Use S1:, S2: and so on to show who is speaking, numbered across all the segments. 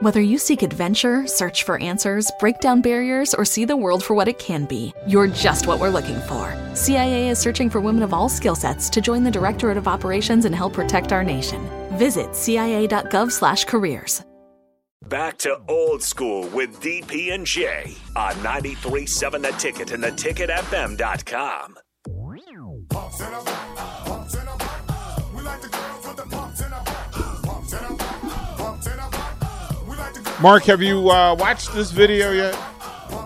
S1: Whether you seek adventure, search for answers, break down barriers, or see the world for what it can be, you're just what we're looking for. CIA is searching for women of all skill sets to join the Directorate of Operations and help protect our nation. Visit cia.gov/careers.
S2: Back to old school with DP and J on 93.7 The Ticket and theticketfm.com.
S3: Mark, have you uh, watched this video yet?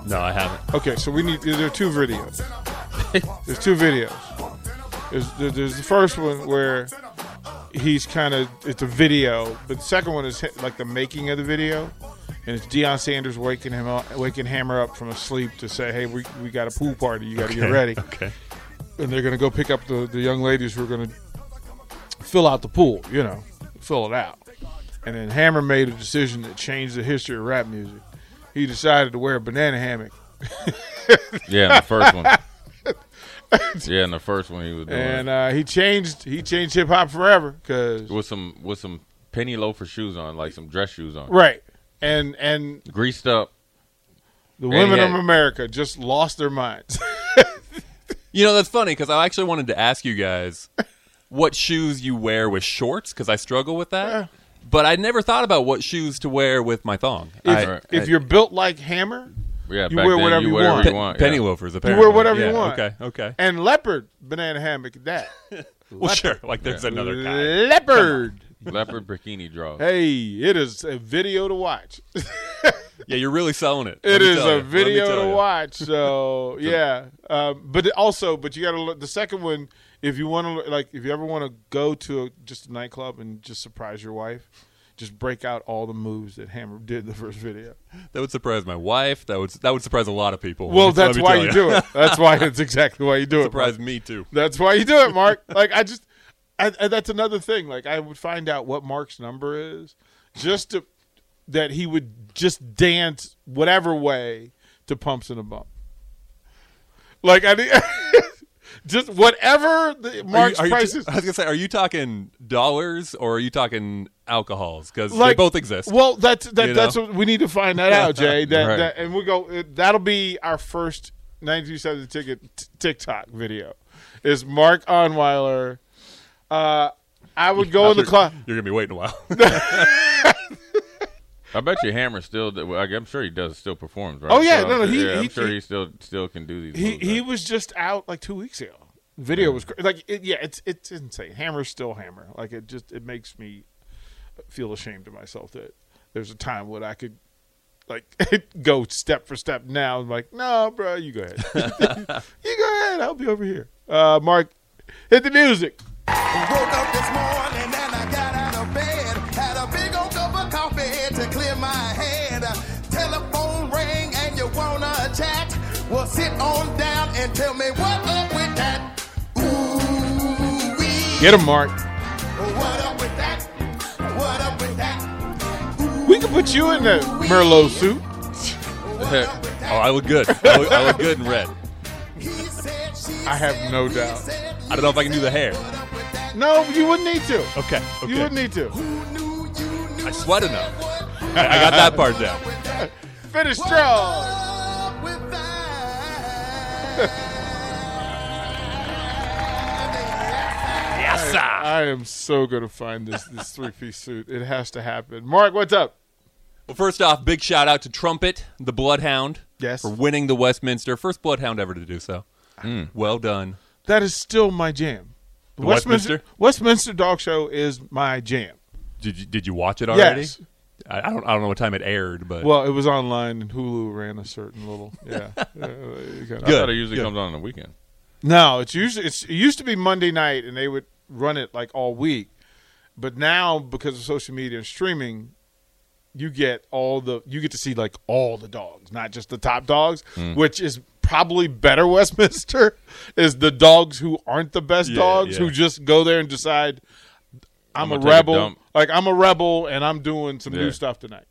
S4: No, I haven't.
S3: Okay, so we need. There are two videos. there's two videos. There's there- there's the first one where he's kind of it's a video, but the second one is hi- like the making of the video, and it's Deion Sanders waking him up, waking Hammer up from a sleep to say, "Hey, we, we got a pool party. You got to get ready."
S4: Okay.
S3: and they're going to go pick up the, the young ladies who are going to fill out the pool, you know, fill it out. And then Hammer made a decision that changed the history of rap music. He decided to wear a banana hammock.
S5: Yeah, in the first one. yeah, in the first one he was doing
S3: And
S5: it
S3: uh, he changed he changed hip hop forever cuz
S5: with some with some penny loafer shoes on, like some dress shoes on,
S3: right. And and
S5: greased up.
S3: the
S5: Right,
S3: women of
S5: yeah.
S3: America just lost their minds.
S4: You know, that's funny because I actually wanted to ask you guys what shoes you wear with shorts because I struggle with that. But I never thought about what shoes to wear with my thong.
S3: if,
S4: I,
S3: if you're built like Hammer,
S5: Yeah,
S3: You
S5: back
S3: wear
S5: then,
S3: whatever you
S5: you wear
S3: want.
S5: whatever you want.
S4: penny
S5: yeah.
S4: loafers,
S3: you
S4: apparently.
S3: wear whatever
S4: Yeah,
S3: you want.
S4: Okay, okay.
S3: And leopard banana hammock that.
S4: Well, sure. Like there's another guy.
S3: leopard.
S5: Leopard bikini draws.
S3: Hey, it is a video to watch.
S4: Yeah, you're really selling it. Let
S3: It
S4: me
S3: is
S4: tell you.
S3: a
S4: Let me
S3: video
S4: tell
S3: to
S4: you.
S3: watch. So yeah, um, but it also, but you got to look the second one. If you want to, like, if you ever want to go to a, just a nightclub and just surprise your wife, just break out all the moves that Hammer did in the first video.
S4: That would surprise my wife. That would that would surprise a lot of people.
S3: Well,
S4: Let me
S3: that's why
S4: tell
S3: you do it. That's why it's exactly why you do it. Mark.
S4: surprise me too.
S3: That's why you do it, Mark. Like I just, I, I, that's another thing. Like I would find out what Mark's number is, just to, that he would just dance whatever way to pumps in a bump. Like I, did- just whatever the,
S4: Are
S3: Mark's
S4: you, are you-
S3: prices.
S4: I was gonna say, are you talking dollars or are you talking alcohols? Because
S3: like
S4: they both exist.
S3: Well, that's that,
S4: You
S3: that's
S4: know?
S3: what we need to find that out, Jay. That,
S5: Right.
S3: that and we go. it- That'll be our first ninety-two seven ticket t- TikTok video. Is Mark Onweiler? Uh, I would go in the club.
S4: You're gonna be waiting a while. Oh,
S5: I bet you Hammer still. d- well, I- I'm sure he does still performs, right?
S3: Oh, yeah,
S5: So
S3: no,
S5: I'm,
S3: no, he-
S5: yeah,
S3: he-
S5: I'm sure
S3: he-
S5: he still still can do these.
S3: He
S5: moves,
S3: he
S5: right?
S3: was just out like two weeks ago. Video was cra- like it, yeah, it's it's insane. Hammer's still hammer. Like it just it makes me feel ashamed of myself that there's a time when I could like go step for step now. I'm like, no, bro, you go ahead. you go ahead. I'll be over here. Uh, Mark, hit the music.
S6: Woke up this morning and I got out of bed. Had a big old cup of coffee to clear my head. Telephone rang and you wanna chat? Well, sit on down and tell me what up with that. Ooh, wee.
S3: Get him, Mark.
S6: What up with that? What up with that?
S3: We can put you in the Merlot suit.
S6: What up with
S4: Oh,
S6: that?
S4: I look good. I look, I look good in red.
S6: He said, she
S3: I have
S6: said,
S3: no
S6: he
S3: doubt.
S6: said,
S4: I don't know if I can do the hair.
S6: What up with that?
S3: No, you wouldn't need to.
S4: Okay. Okay.
S3: You wouldn't need to.
S6: Who knew you knew?
S4: I sweat enough.
S6: What
S4: I, I got that part down.
S6: with that?
S3: Finish strong.
S6: up with that?
S4: Yes, sir.
S3: I am so gonna find this this three piece suit. It has to happen. Mark, what's up?
S4: Well, first off, big shout out to Trumpet, the Bloodhound,
S3: Yes.
S4: for winning the Westminster first Bloodhound ever to do so. Well done.
S3: That is still my jam. The
S4: Westminster?
S3: Westminster Dog Show is my jam.
S4: Did you, did you watch it already?
S3: Yes.
S4: I, I don't I don't know what time it aired, but
S3: Well, it was online and Hulu ran a certain little yeah. Uh, you kinda-
S5: I
S4: Good,
S5: thought it usually
S4: good.
S5: comes on on the weekend.
S3: No, it's usually it's, it used to be Monday night and they would run it like all week, but now because of social media and streaming, you get all the you get to see like all the dogs, not just the top dogs,
S5: Hmm.
S3: which is probably better. Westminster is the dogs who aren't the best
S4: Yeah,
S3: dogs who
S4: yeah.
S3: just go there and decide I'm,
S5: I'ma
S3: a
S5: take a
S3: rebel,
S5: dump.
S3: like I'm a rebel and I'm doing some new
S5: Yeah.
S3: stuff tonight.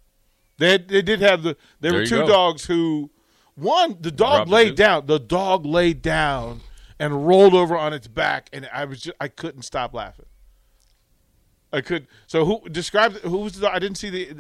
S3: They they did have the there,
S5: There
S3: were
S5: you
S3: two
S5: go.
S3: dogs who one the dog
S5: Robin
S3: laid
S5: Duke.
S3: down the dog laid down and rolled over on its back and I was just I couldn't stop laughing. I could. So who describe who was the? I didn't see the.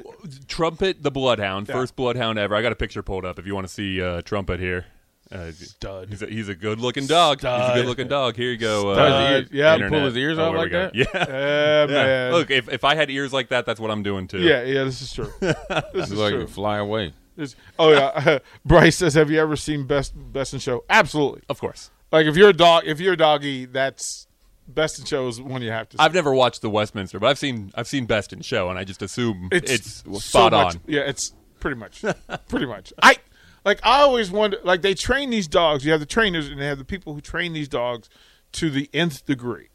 S4: Trumpet the Bloodhound,
S3: Yeah.
S4: first Bloodhound ever. I got a picture pulled up if you want to see uh, Trumpet here. Uh,
S3: Stud.
S4: He's a, he's a good looking dog. He's a
S3: Stud.
S4: good looking dog. Here you go.
S3: Stud.
S4: Uh,
S3: Yeah,
S4: internet.
S5: pull his ears
S4: Oh,
S5: out
S4: there we
S5: like
S4: go.
S5: that?
S4: Yeah.
S3: Yeah,
S4: Yeah.
S3: uh, man.
S4: Look, if, if I had ears like that, that's what I'm doing too.
S3: Yeah, yeah. This is true. This is
S5: It's like
S3: true.
S5: fly away.
S3: This- oh yeah. Bryce says, "Have you ever seen Best Best in Show?" Absolutely.
S4: Of course.
S3: Like if you're a dog, if you're a doggy, that's Best in Show is one you have to. See.
S4: I've never watched the Westminster, but I've seen I've seen Best in Show, and I just assume it's,
S3: so
S4: spot
S3: much-
S4: on.
S3: Yeah, it's pretty much, pretty much. I like. I always wonder. Like they train these dogs. You have the trainers, and they have the people who train these dogs to the nth degree.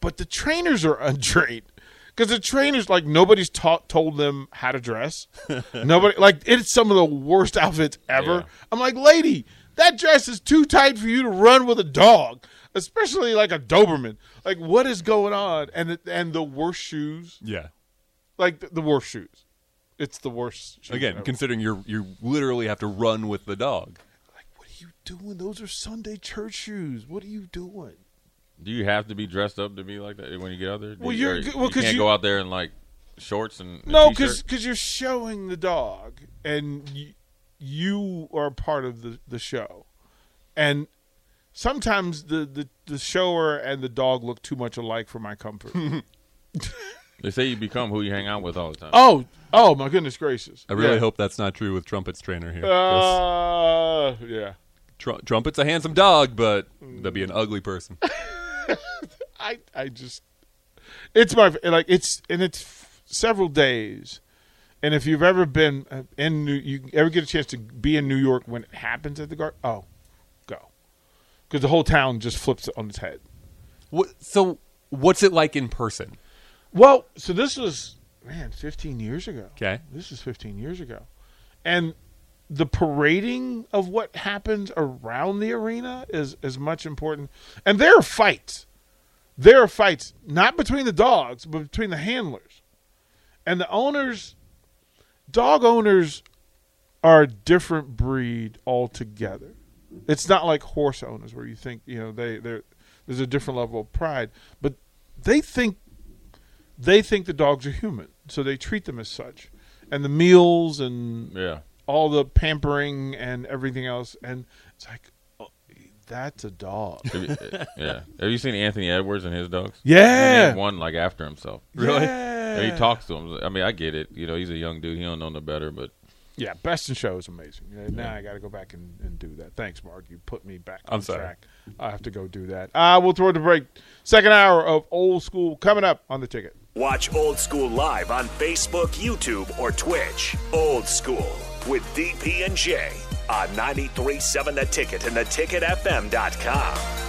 S3: But the trainers are untrained because the trainers, like nobody's taught told them how to dress. Nobody like it's some of the worst outfits ever. I'm like, lady, that dress is too tight for you to run with a dog. Especially like a Doberman, like what is going on, and the, and the worst shoes
S4: Yeah.
S3: like the, the worst shoes. It's the worst. Shoes
S4: Again,
S3: ever.
S4: considering you you literally have to run with the dog.
S3: like what are you doing? Those are Sunday church shoes. What are you doing?
S5: Do you have to be dressed up to be like that when you get out there? Do
S3: Well,
S5: you-
S3: you're
S5: or
S3: g- well,
S5: you
S3: 'cause
S5: can't
S3: you-
S5: go out there in like shorts and a
S3: No,
S5: t-shirt?
S3: because you're showing the dog, and you, you are part of the the show, and sometimes the the the shower and the dog look too much alike for my comfort.
S5: they say you become who you hang out with all the time.
S3: oh, oh my goodness gracious!
S4: I really
S3: Yeah.
S4: hope that's not true with Trumpet's trainer here. 'cause
S3: Uh, yeah.
S4: Tru- Trumpet's a handsome dog, but
S3: Mm.
S4: that'd be an ugly person.
S3: I I just it's my like it's and it's f- several days. And if you've ever been uh, in New, you ever get a chance to be in New York when it happens at the garden? Oh, go, because the whole town just flips on its head.
S4: What, so, what's it like in person?
S3: Well, so this was man, fifteen years ago.
S4: 'Kay.
S3: this is fifteen years ago, and the parading of what happens around the arena is as much important. And there are fights. There are fights not between the dogs, but between the handlers and the owners. Dog owners are a different breed altogether. It's not like horse owners where you think you know they they there's a different level of pride, but they think they think the dogs are human, so they treat them as such. And the meals and
S5: yeah.
S3: all the pampering and everything else. And it's like, oh, that's a dog.
S5: Have you- uh, yeah. Have you seen Anthony Edwards and his dogs?
S3: Yeah.
S5: He named one like after himself.
S4: Really?
S5: And
S3: Yeah.
S5: he talks to him. I mean, I get it. You know, he's a young dude. He don't know no better, but
S3: yeah, Best in Show is amazing. Yeah, Now I got to go back and, and do that. Thanks, Mark. You put me back on
S4: I'm sorry.
S3: track. I have to go do that. Uh, we'll throw it to break. Second hour of Old School coming up on the ticket.
S2: Watch Old School live on Facebook, YouTube, or Twitch. Old School with DP and J on 937 The Ticket and theticketfm.com.